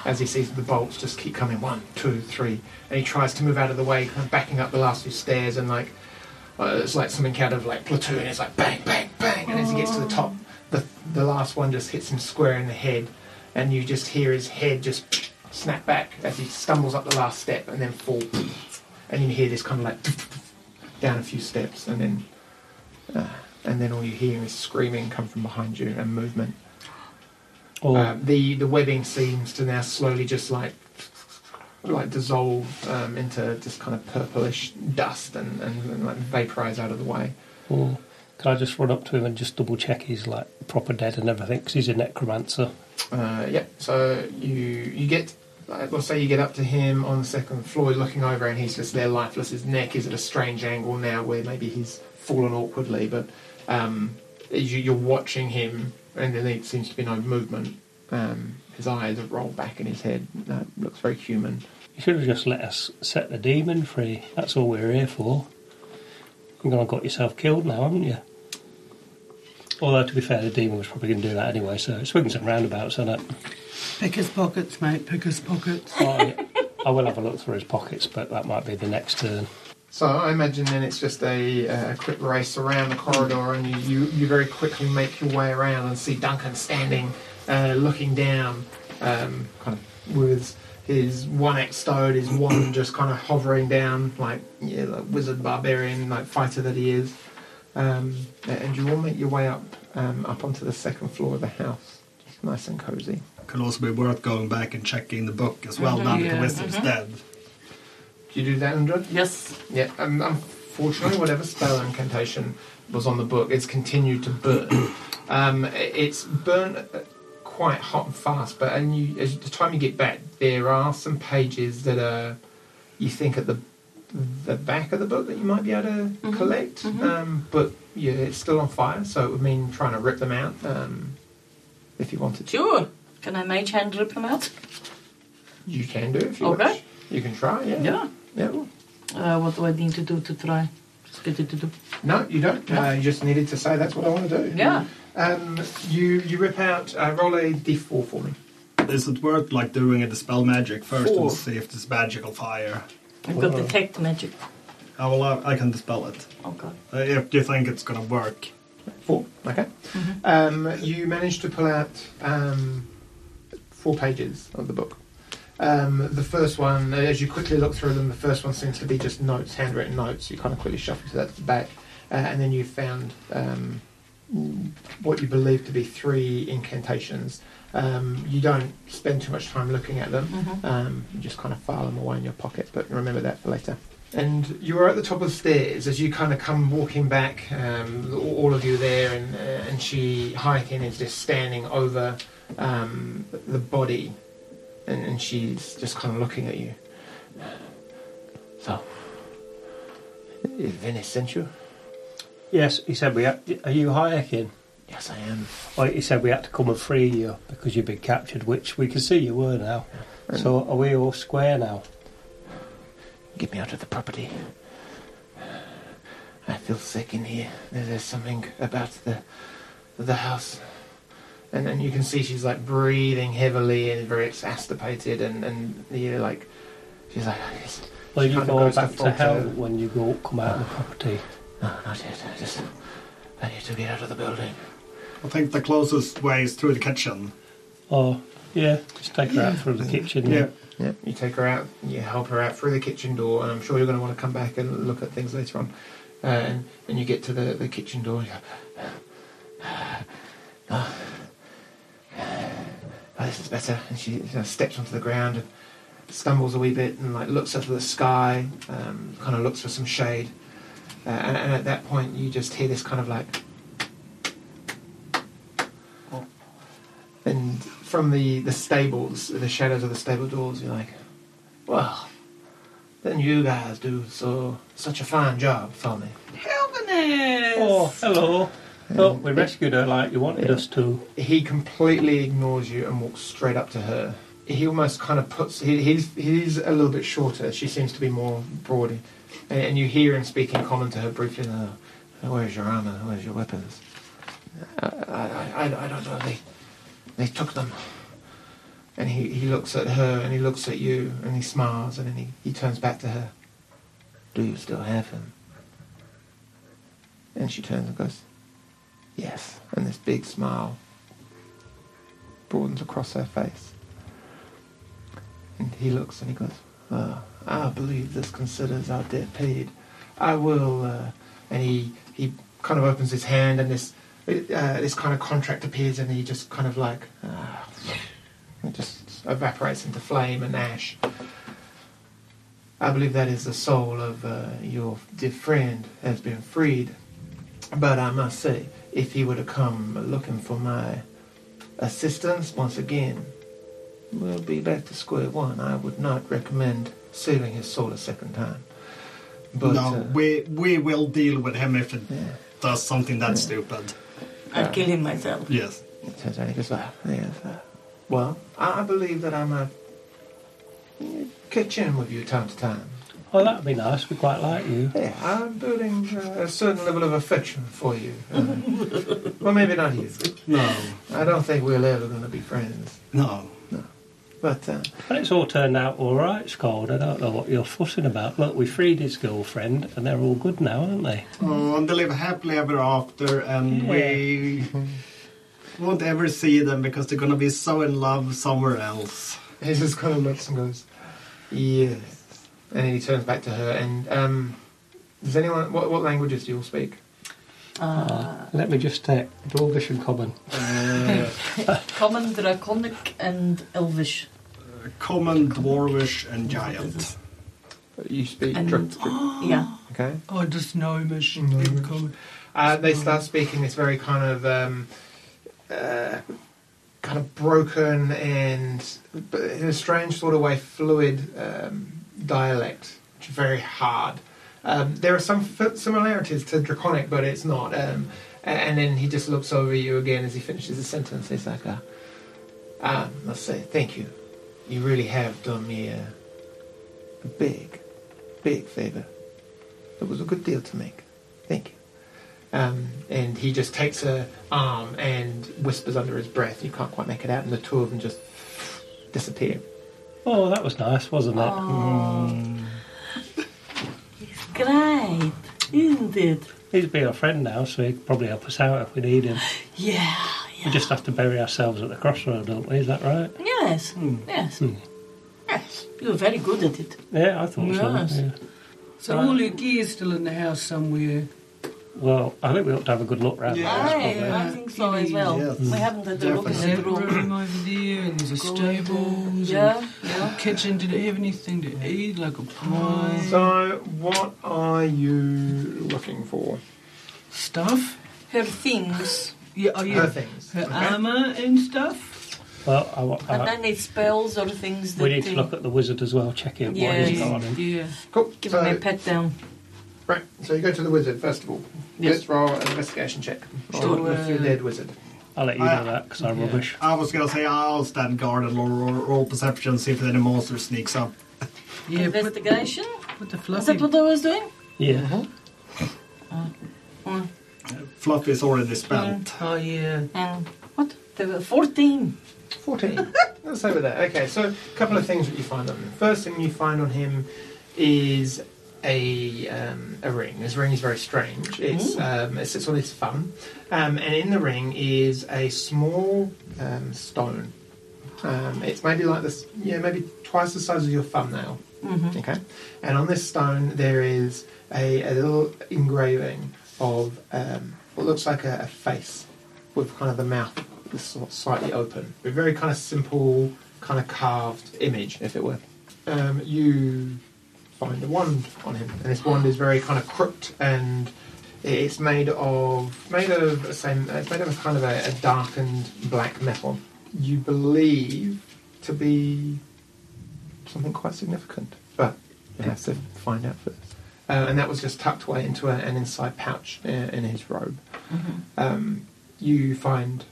As he sees the bolts just keep coming, one, two, three, and he tries to move out of the way, kind of backing up the last few stairs, and like uh, it's like something out of like platoon. It's like bang, bang, bang, and as he gets to the top, the the last one just hits him square in the head, and you just hear his head just snap back as he stumbles up the last step, and then fall, and you hear this kind of like down a few steps, and then and then all you hear is screaming come from behind you and movement.
Or
Um, the the webbing seems to now slowly just like like dissolve um, into just kind of purplish dust and, and, and like vaporize out of the way.
or oh. can I just run up to him and just double check he's like proper dead and everything? Because he's a necromancer.
Uh, yep. So you you get like, let's say you get up to him on the second floor, you're looking over, and he's just there, lifeless. His neck is at a strange angle now, where maybe he's fallen awkwardly, but um, you, you're watching him, and there seems to be no movement. Um, his eyes have rolled back in his head. Uh, looks very human.
You should have just let us set the demon free. That's all we're here for. You're going to got yourself killed now, haven't you? Although, to be fair, the demon was probably going to do that anyway, so it swings and roundabouts, isn't it?
Pick his pockets, mate. Pick his pockets.
I, I will have a look through his pockets, but that might be the next turn.
So I imagine then it's just a, uh, a quick race around the corridor, and you, you, you very quickly make your way around and see Duncan standing, uh, looking down, um, kind of with his one axe stowed, his wand just kind of hovering down, like yeah, like wizard barbarian, like fighter that he is. Um, and you all make your way up um, up onto the second floor of the house, just nice and cozy.
Could also be worth going back and checking the book as well, now that the
yeah.
wisdom's dead.
Do you do that, Andrew?
Yes.
Yeah, um, unfortunately, whatever spell incantation was on the book, it's continued to burn. um, i- it's burnt uh, quite hot and fast, but and you, as the time you get back, there are some pages that are you think at the the back of the book that you might be able to collect, Um, but yeah, it's still on fire, so it would mean trying to rip them out um, if you wanted to.
Sure. Can I mage hand rip them out?
You can do it if you
Okay.
wish. You can try, yeah. Yeah, well,
Uh, what do I need to do to try? Just get it to do.
No, you don't. Uh, you just needed to say that's what I want to do.
Yeah.
Um, you you rip out. Uh, roll a d4 for me.
Is it worth like doing a dispel magic first
Four.
and see if this magical fire?
I've got detect magic.
Oh, well, I, I can dispel it.
Oh god.
Uh, if you think it's gonna work.
Four. Okay. Um, you managed to pull out um, four pages of the book. Um, the first one, as you quickly look through them, the first one seems to be just notes, handwritten notes. You kind of quickly shuffle to that to the back, uh, and then you found um, what you believe to be three incantations. Um, you don't
Mm. Mm-hmm.
spend too much time looking at them. Um, you just kind of file them away in your pocket, but remember that for later. And you are at the top of the stairs as you kind of come walking back, um, all- all of you there, and, uh, and she, hiking, is just standing over um, the body, and, and she's just kind of looking at you. So, is Venice sent you?
Yes, he said we had, are you hiking?
Yes, I am.
Well, he said we had to come and free you because you've been captured, which we can see you were now. So are we all square now?
Get me out of the property. I feel sick in here. There- There's something about the the house. And then you can see she's like breathing heavily and very exastipated and, and you like she's like yes.
Well,
She
you
kinda
go
goes to
back to
falter.
hell when you go come out of the property.
No, not yet. I just I need to get out of the building.
I think the closest way is through the kitchen.
Oh, yeah, just take her out through the kitchen.
Yeah.
Yeah. You take her out, you help her out through the kitchen door, and I'm sure you're going to want to come back and look at things later on. Uh, and, and you get to the, the kitchen door. And you go, "Ah, "Oh. Oh, this is better. And she you know, steps onto the ground and stumbles a wee bit and like looks up to the sky, um, kind of looks for some shade. Uh, and, and at that point, you just hear this kind of like And from the, the stables, the shadows of the stable doors, you're like, well, then you guys do so such a fine job for me.
Helvinus!
Oh, hello. Oh, we rescued her like you wanted us to.
He completely ignores you and walks straight up to her. He almost kind of puts. He, he's he's a little bit shorter. She seems to be more broad, and, and you hear him speaking common to her briefly. Uh, Where's your armor? Where's your weapons? I, I, I, I don't know. They they took them. And he, he looks at her and he looks at you and he smiles and then he, he turns back to her. Do you still have him? And she turns and goes, Yes. And this big smile broadens across her face. And he looks and he goes, oh, I believe this considers our debt paid. I will. Uh, and he, he kind of opens his hand and this, uh, this kind of contract appears and he just kind of like, uh, it just evaporates into flame and ash. I believe that is the soul of uh, your dear friend has been freed. But I must say, if he were to come looking for my assistance once again, we'll be back to square one. I would not recommend saving his soul a second time. But
no,
uh,
we we will deal with him if it
Yeah.
does something that stupid.
I'd kill him myself.
Yes.
Turns out he goes, "Ah, yes, uh, well, I I believe that I might catch in with you time to time.
Oh, that'd be nice. We quite like you.
Yeah, I'm building uh, a certain level of affection for you. Uh, well, maybe not you.
No.
I don't think we're ever going to be friends.
No.
But uh,
And it's all turned out all right, Scold. I don't know what you're fussing about. Look, we freed his girlfriend, and they're all good now, aren't they?
Oh, and they live happily ever after, and
Yeah.
we won't ever see them because they're gonna be so in love somewhere else.
he just kind of looks and goes, yes. And then he turns back to her and, um, does anyone, what, what languages do you all speak?
Let me just take Dwarvish and Common.
Common, draconic, and elvish.
Common, dwarvish, and giant.
You speak
And-
Dr- Dr-
Yeah.
okay.
Oh, just gnomish.
Gnomish.
Common.
Uh, they start speaking this very kind of um, uh, kind of broken and but in a strange sort of way fluid um, dialect, which is very hard. Um, there are some f- similarities to Draconic, but it's not. Um, a- and then he just looks over you again as he finishes the sentence. He's like, uh, "I must say, thank you. You really have done me a, a big, big favor. It was a good deal to make. Thank you." Um, and he just takes her arm and whispers under his breath. You can't quite make it out, and the two of them just disappear.
Oh, that was nice, wasn't it? Mm.
It's great, isn't it?
He's be our friend now, so he could probably help us out if we need him.
Yeah,
We
yeah.
just have to bury ourselves at the crossroad, don't we? Is that right?
Yes, yes. Yes, you're very good at it.
Yeah, I thought so.
Yes.
yeah.
So all your gear's still in the house somewhere.
Well, I think we ought to have a good look round.
Yeah.
that,
Aye,
probably.
I think so as well.
Yes.
We haven't had a look
Definitely.
in
That
that room.
room over there, and there's a stable.
Yeah, yeah.
Kitchen, did it have anything to eat, like a pie?
So, what are you looking for?
stuff?
Her things.
Yeah, oh yeah.
Her things.
Her
okay?
armour and stuff?
Well, I, wa- I-
And then it's spells or things that
Uh-huh. we need to
they-
look at the wizard as well. Check in what he's
Yes.
got on him.
Yeah.
Cool.
Give
so,
him a pat down.
Right, so you go to the wizard first of all.
Yes.
Let's roll an investigation check.
Sure.
Roll if you're dead wizard.
I'll let you
I-
know that because I'm
yeah.
rubbish.
I was gonna say I'll stand guard and roll, roll, roll perception, see if any monster sneaks up.
Yeah, put,
Investigation.
put the
Is
fluffy.
that what I was doing?
Yeah.
Fluffy's already spent.
Oh yeah.
And what? There were 14.
14. Let's over there. Okay, so a couple of things that you find on him. First thing you find on him is a, um, a ring. This ring is very strange. It's, um, it sits on his thumb, um, and in the ring is a small um, stone. Um, it's maybe like this, yeah, maybe twice the size of your thumbnail.
Mhm.
Okay, and on this stone there is a, a little engraving of um, what looks like a, a face with kind of the mouth sort slightly open. A very kind of simple, kind of carved image, if it were. Um, you find a wand on him, and this wand is very kind of crooked and it's made of made of the same. uh, It's made of a kind of a, a darkened black metal. You believe to be something quite significant, but you have to find out first. Uh, and that was just tucked away into a, an inside pouch uh, in his robe. Um, you find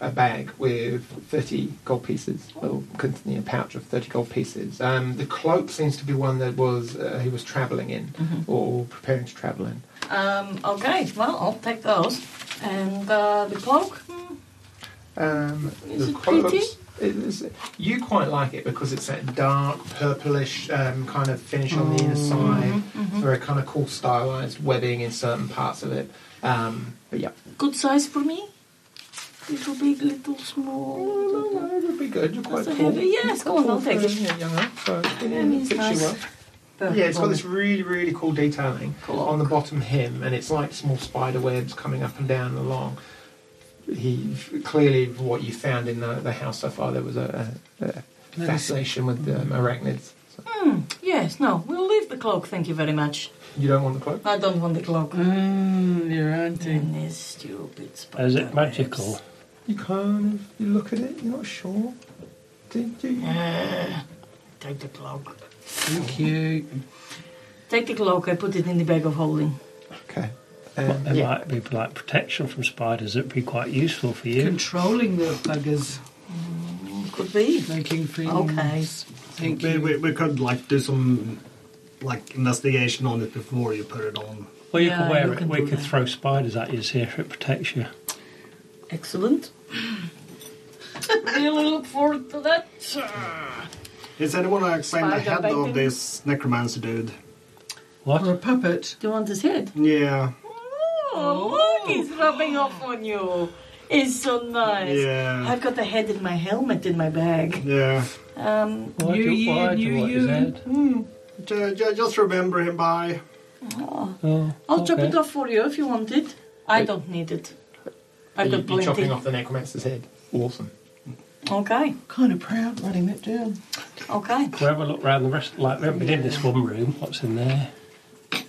a bag with 30 gold pieces, or containing a pouch of 30 gold pieces. Um, the cloak seems to be one that was uh, he was travelling in,
Mm-hmm.
or preparing to travel in.
Um, okay, well, I'll take those. And uh, the cloak? Hmm,
Um,
Is
the
it
colour
pretty?
looks- it is- you quite like it because it's that dark purplish um, kind of finish on
Mm-hmm.
the inside. It's very kind of cool stylized webbing in certain parts of it. Um, but yeah,
Good size for me? Little big, little
Oh,
small.
it would be good. You're quite
That's a
cool.
heavy- yes, go on,
Cool
I'll take
for,
it.
Yeah, young up, so
Yeah,
yeah,
it is
fits
nice.
you well. Yeah, it's got this really, really cool detailing on the bottom hem, and it's like small spider webs coming up and down and along. He clearly, what you found in the, the house so far, there was a, a, a fascination with the arachnids. So
Hmm, yes, no, we'll leave the cloak, thank you very much.
you don't want the cloak?
I don't want the cloak.
Mmm, your auntie.
And this stupid spider
Mm. Is it magical?
You kind of you look at it. You're not sure. Did you?
webs. Take the cloak.
So cute.
Take the cloak, I put it in the bag of holding.
Okay.
Well,
Um,
there
yeah.
might be like protection from spiders. It'd be quite useful for you.
Controlling the buggers,
Could be.
making things.
Okay.
Thank
We,
you.
we, we could like do some like investigation on it before you put it on.
Well, you
Yeah,
can wear
you
it.
can
we
do
could
that.
throw spiders at you, see if it protects you.
Excellent. really look forward to that.
Is anyone like saying the
Spider
head
bacon?
of this necromancer dude?
Or a
What?
puppet.
Do you want his head?
Yeah,
Oh, look, he's rubbing off on you. It's so nice.
yeah,
I've got the head in my helmet in my bag.
yeah.
Um,
Why
New
do,
year,
why do
new
you want his
you.
head?
Ju- ju- Just remember him by.
Oh,
I'll chop
okay.
it off for you if you want it. I don't need it. I've
You,
got
you're chopping
plenty.
off uh, the necromancer's head. Awesome.
Okay,
Kind of proud running that down.
okay.
We'll have a look round the rest. Like we haven't been in this one room. What's in there?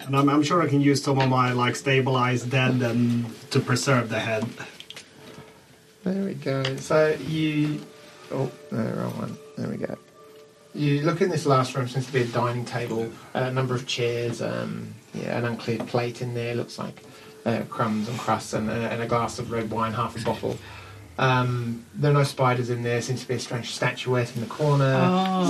And I'm, I'm sure I can use some of my like stabilized dead and to preserve the head.
There we go. So you. Oh, no, wrong one. There we go. You look in this last room, seems to be a dining table, uh, a number of chairs, um, yeah, an uncleared plate in there, looks like uh, crumbs and crusts, and, uh, and a glass of red wine, half a bottle. Um, there are no spiders in there, seems to be a strange statuette in the corner,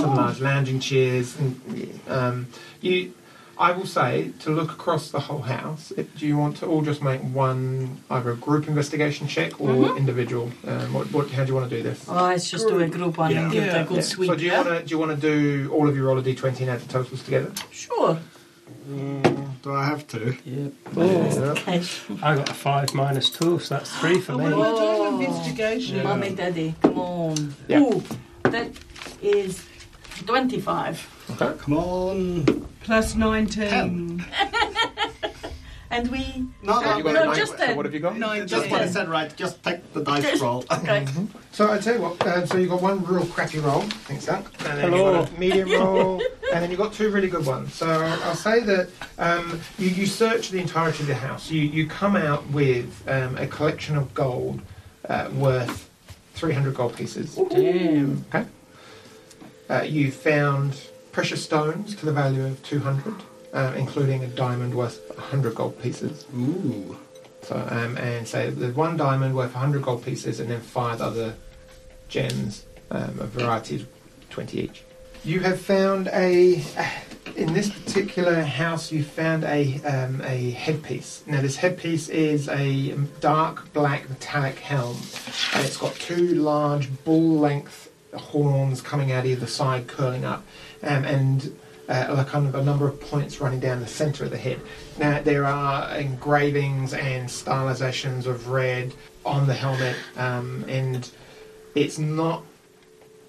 some large lounging chairs. And, um, you, I will say, to look across the whole house, if, do you want to all just make one, either a group investigation check or individual? Um, what, what, how do you want to do this?
Oh, let's just do a group one and give it a good
Yeah.
sweep.
So do you
yeah?
want to do you want to do all of your roll a d20 and add the totals together?
Sure.
Mm, do I have to?
Yep.
Oh.
Okay.
I got a five minus two, so that's three for
Oh,
me.
what am I doing?
Oh.
Investigation.
Yeah.
Mommy, daddy, come on.
Yeah.
Ooh, that is 25.
Okay.
Come on.
Plus 19.
And we.
No, no,
Uh,
You got
but
no,
a nine,
just
so
a-
what have you got?
Nine,
Just
ten.
what I said, right? Just take the dice
Just-
roll.
Okay.
So I tell you what. Um, so you got one real crappy roll, thanks, that, and then you
Hello.
got a medium roll, and then you got two really good ones. So I'll say that um, you, you search the entirety of the house. You you come out with um, a collection of gold uh, worth three hundred gold pieces.
Damn.
Okay. Uh, you found precious stones to the value of 200, uh, including a diamond worth 100 gold pieces.
Ooh.
So, um, and so there's one diamond worth 100 gold pieces, and then five other gems, um, a variety of 20 each. You have found a. In this particular house, you found a um, a headpiece. Now, this headpiece is a dark black metallic helm, and it's got two large bull-length horns coming out either side, curling up, um, and uh, like kind of a number of points running down the centre of the head. Now, there are engravings and stylizations of red on the helmet, um, and it's not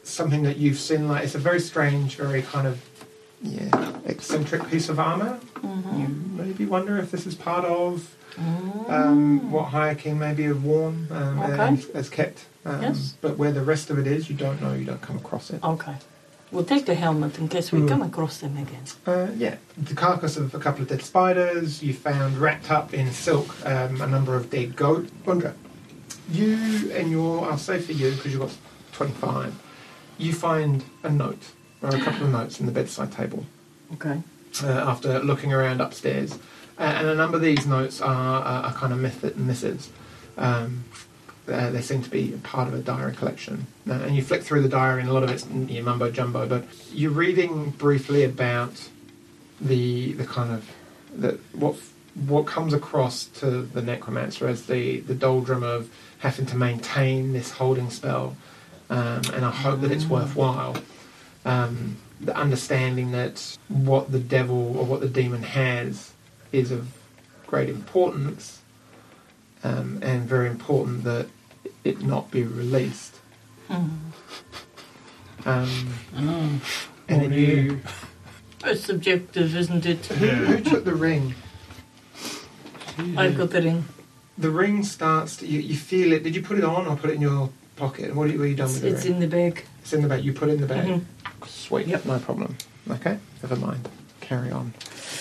something that you've seen. Like it's a very strange, very kind of yeah eccentric piece of armor.
Mm-hmm.
You maybe wonder if this is part of um, what Higher King maybe have worn um,
Mm. Okay.
and has kept. Um,
Yes.
But where the rest of it is, you don't know. You don't come across it.
Okay. We'll take the helmet in case we
Mm.
come across them again.
Uh, yeah, the carcass of a couple of dead spiders. You found wrapped up in silk um, a number of dead goat. Bundra, you and your, I'll say for you because you've got 25, you find a note or a couple of notes in the bedside table
Okay.
uh, after looking around upstairs. Uh, and a number of these notes are, are, are kind of method, missives. Um, uh, they seem to be part of a diary collection. Uh, and you flick through the diary, and a lot of it's m- your mumbo jumbo, but you're reading briefly about the the kind of the, what what comes across to the necromancer as the, the doldrum of having to maintain this holding spell, um, and I hope that it's worthwhile um, the understanding that what the devil or what the demon has is of great importance um, and very important that it not be released. Um, and then you,
It's subjective, isn't it?
who, who took the ring?
I've got the ring.
The ring starts. To, you, you feel it. Did you put it on or put it in your pocket? And what were you done
It's,
with the
it's
ring?
in the bag.
it's in the bag. You put it in the bag.
Mhm.
Sweet.
Yep.
No problem. Okay. Never mind. Carry on.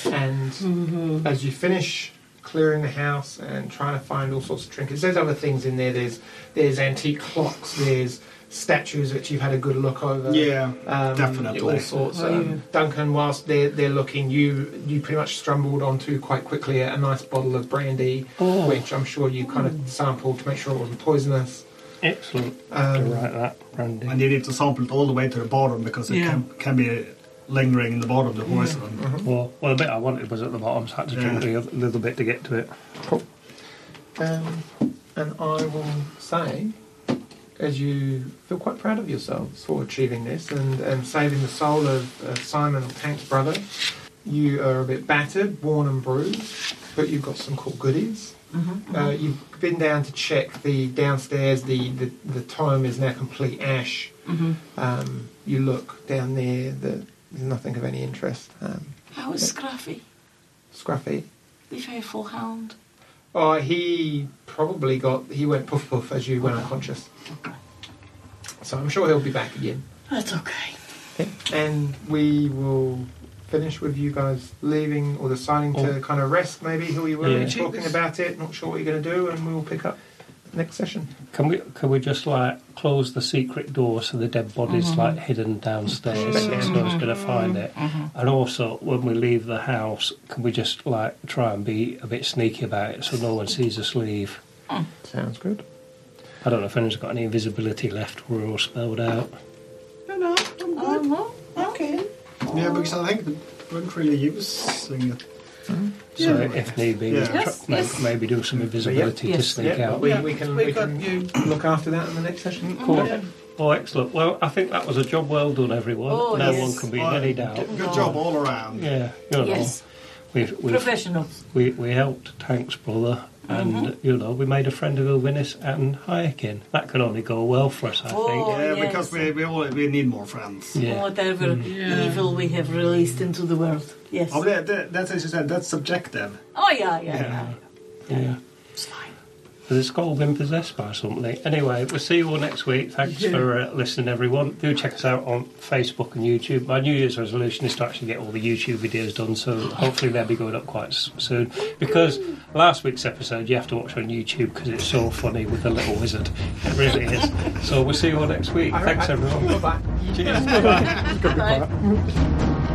And as you finish clearing the house and trying to find all sorts of trinkets, there's other things in there. There's there's antique clocks. There's statues which you've had a good look over.
Yeah,
Um,
definitely.
All sorts.
Oh,
um,
yeah.
Duncan, whilst they're, they're looking, you you pretty much stumbled onto quite quickly a, a nice bottle of brandy,
Oh.
which I'm sure you kind of sampled to make sure it wasn't poisonous.
Excellent. to
Um,
write that, Brandy.
And you need to sample it all the way to the bottom because it
Yeah.
can, can be lingering in the bottom of the poison.
Uh-huh.
Well, well, the bit I wanted was at the bottom, so I had to drink the other, little bit to get to it.
Cool. Um, and I will say, as you feel quite proud of yourselves for achieving this and, and saving the soul of, of Simon Tank's brother, you are a bit battered, worn and bruised, but you've got some cool goodies. Uh, you've been down to check the downstairs. The, the, the tome is now complete ash. Um, you look down there. The, there's nothing of any interest. Um,
How is Scruffy,
scruffy.
the faithful hound?
Oh, he probably got. He went poof poof as you went unconscious.
Okay.
So I'm sure he'll be back again.
That's okay.
And we will finish with you guys leaving or deciding to kind of rest maybe. Who you were
Yeah.
talking about it, not sure what you're going to do, and we will pick up next session.
Can we can we just like close the secret door so the dead body's like hidden downstairs so
Mhm.
no one's going to find it? And also, when we leave the house, can we just like try and be a bit sneaky about it so no one sees us leave?
Sounds good.
I don't know if anyone's got any invisibility left. We're all spelled out.
No, no, I'm good. Okay.
Yeah, because I think we weren't really using it.
So
Yeah.
if need be,
Yeah.
we try-
Yes,
may-
yes.
maybe do some invisibility to
Yes.
sneak
yeah,
out.
we,
Yeah,
we can,
we
we
got
can
you.
look after that in the next session.
Cool. Oh, excellent. Well, I think that was a job well done, everyone.
Oh,
no
yes.
one can be in any doubt.
Good job all around.
Yeah, you know,
Yes.
we've, we've
Professionals.
We, we helped Tank's brother And you know, we made a friend of Ilvinis and Hayekin. That can only go well for us, I
Oh.
think.
yeah,
yes.
because we, we, all, we need more friends.
Yeah.
Whatever
Yeah.
evil we have released into the world. Yes.
Oh, that, that, that's as you said, that's subjective.
Oh, yeah, yeah,
Yeah.
yeah.
yeah.
It's fine.
Has the skull been possessed by something? Anyway, we'll see you all next week. Thanks for uh, listening, everyone. Do check us out on Facebook and YouTube. My New Year's resolution is to actually get all the YouTube videos done, so hopefully they'll be going up quite s- soon. Because last week's episode, you have to watch on YouTube because it's so funny with the little wizard. It really is. So we'll see you all next week. Thanks, everyone.
Bye-bye.
Cheers.
Bye.